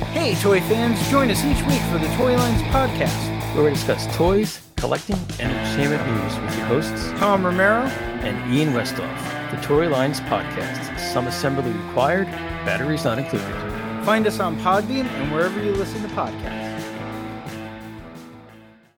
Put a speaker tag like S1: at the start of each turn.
S1: Hey, toy fans, join us each week for the Toy Lines Podcast.
S2: where we discuss toys, collecting, and entertainment news with your hosts
S1: Tom Romero,
S2: and Ian Westhoff. The Tory Lines Podcast. Some assembly required, batteries not included.
S1: find us on Podbean and wherever you listen to podcasts.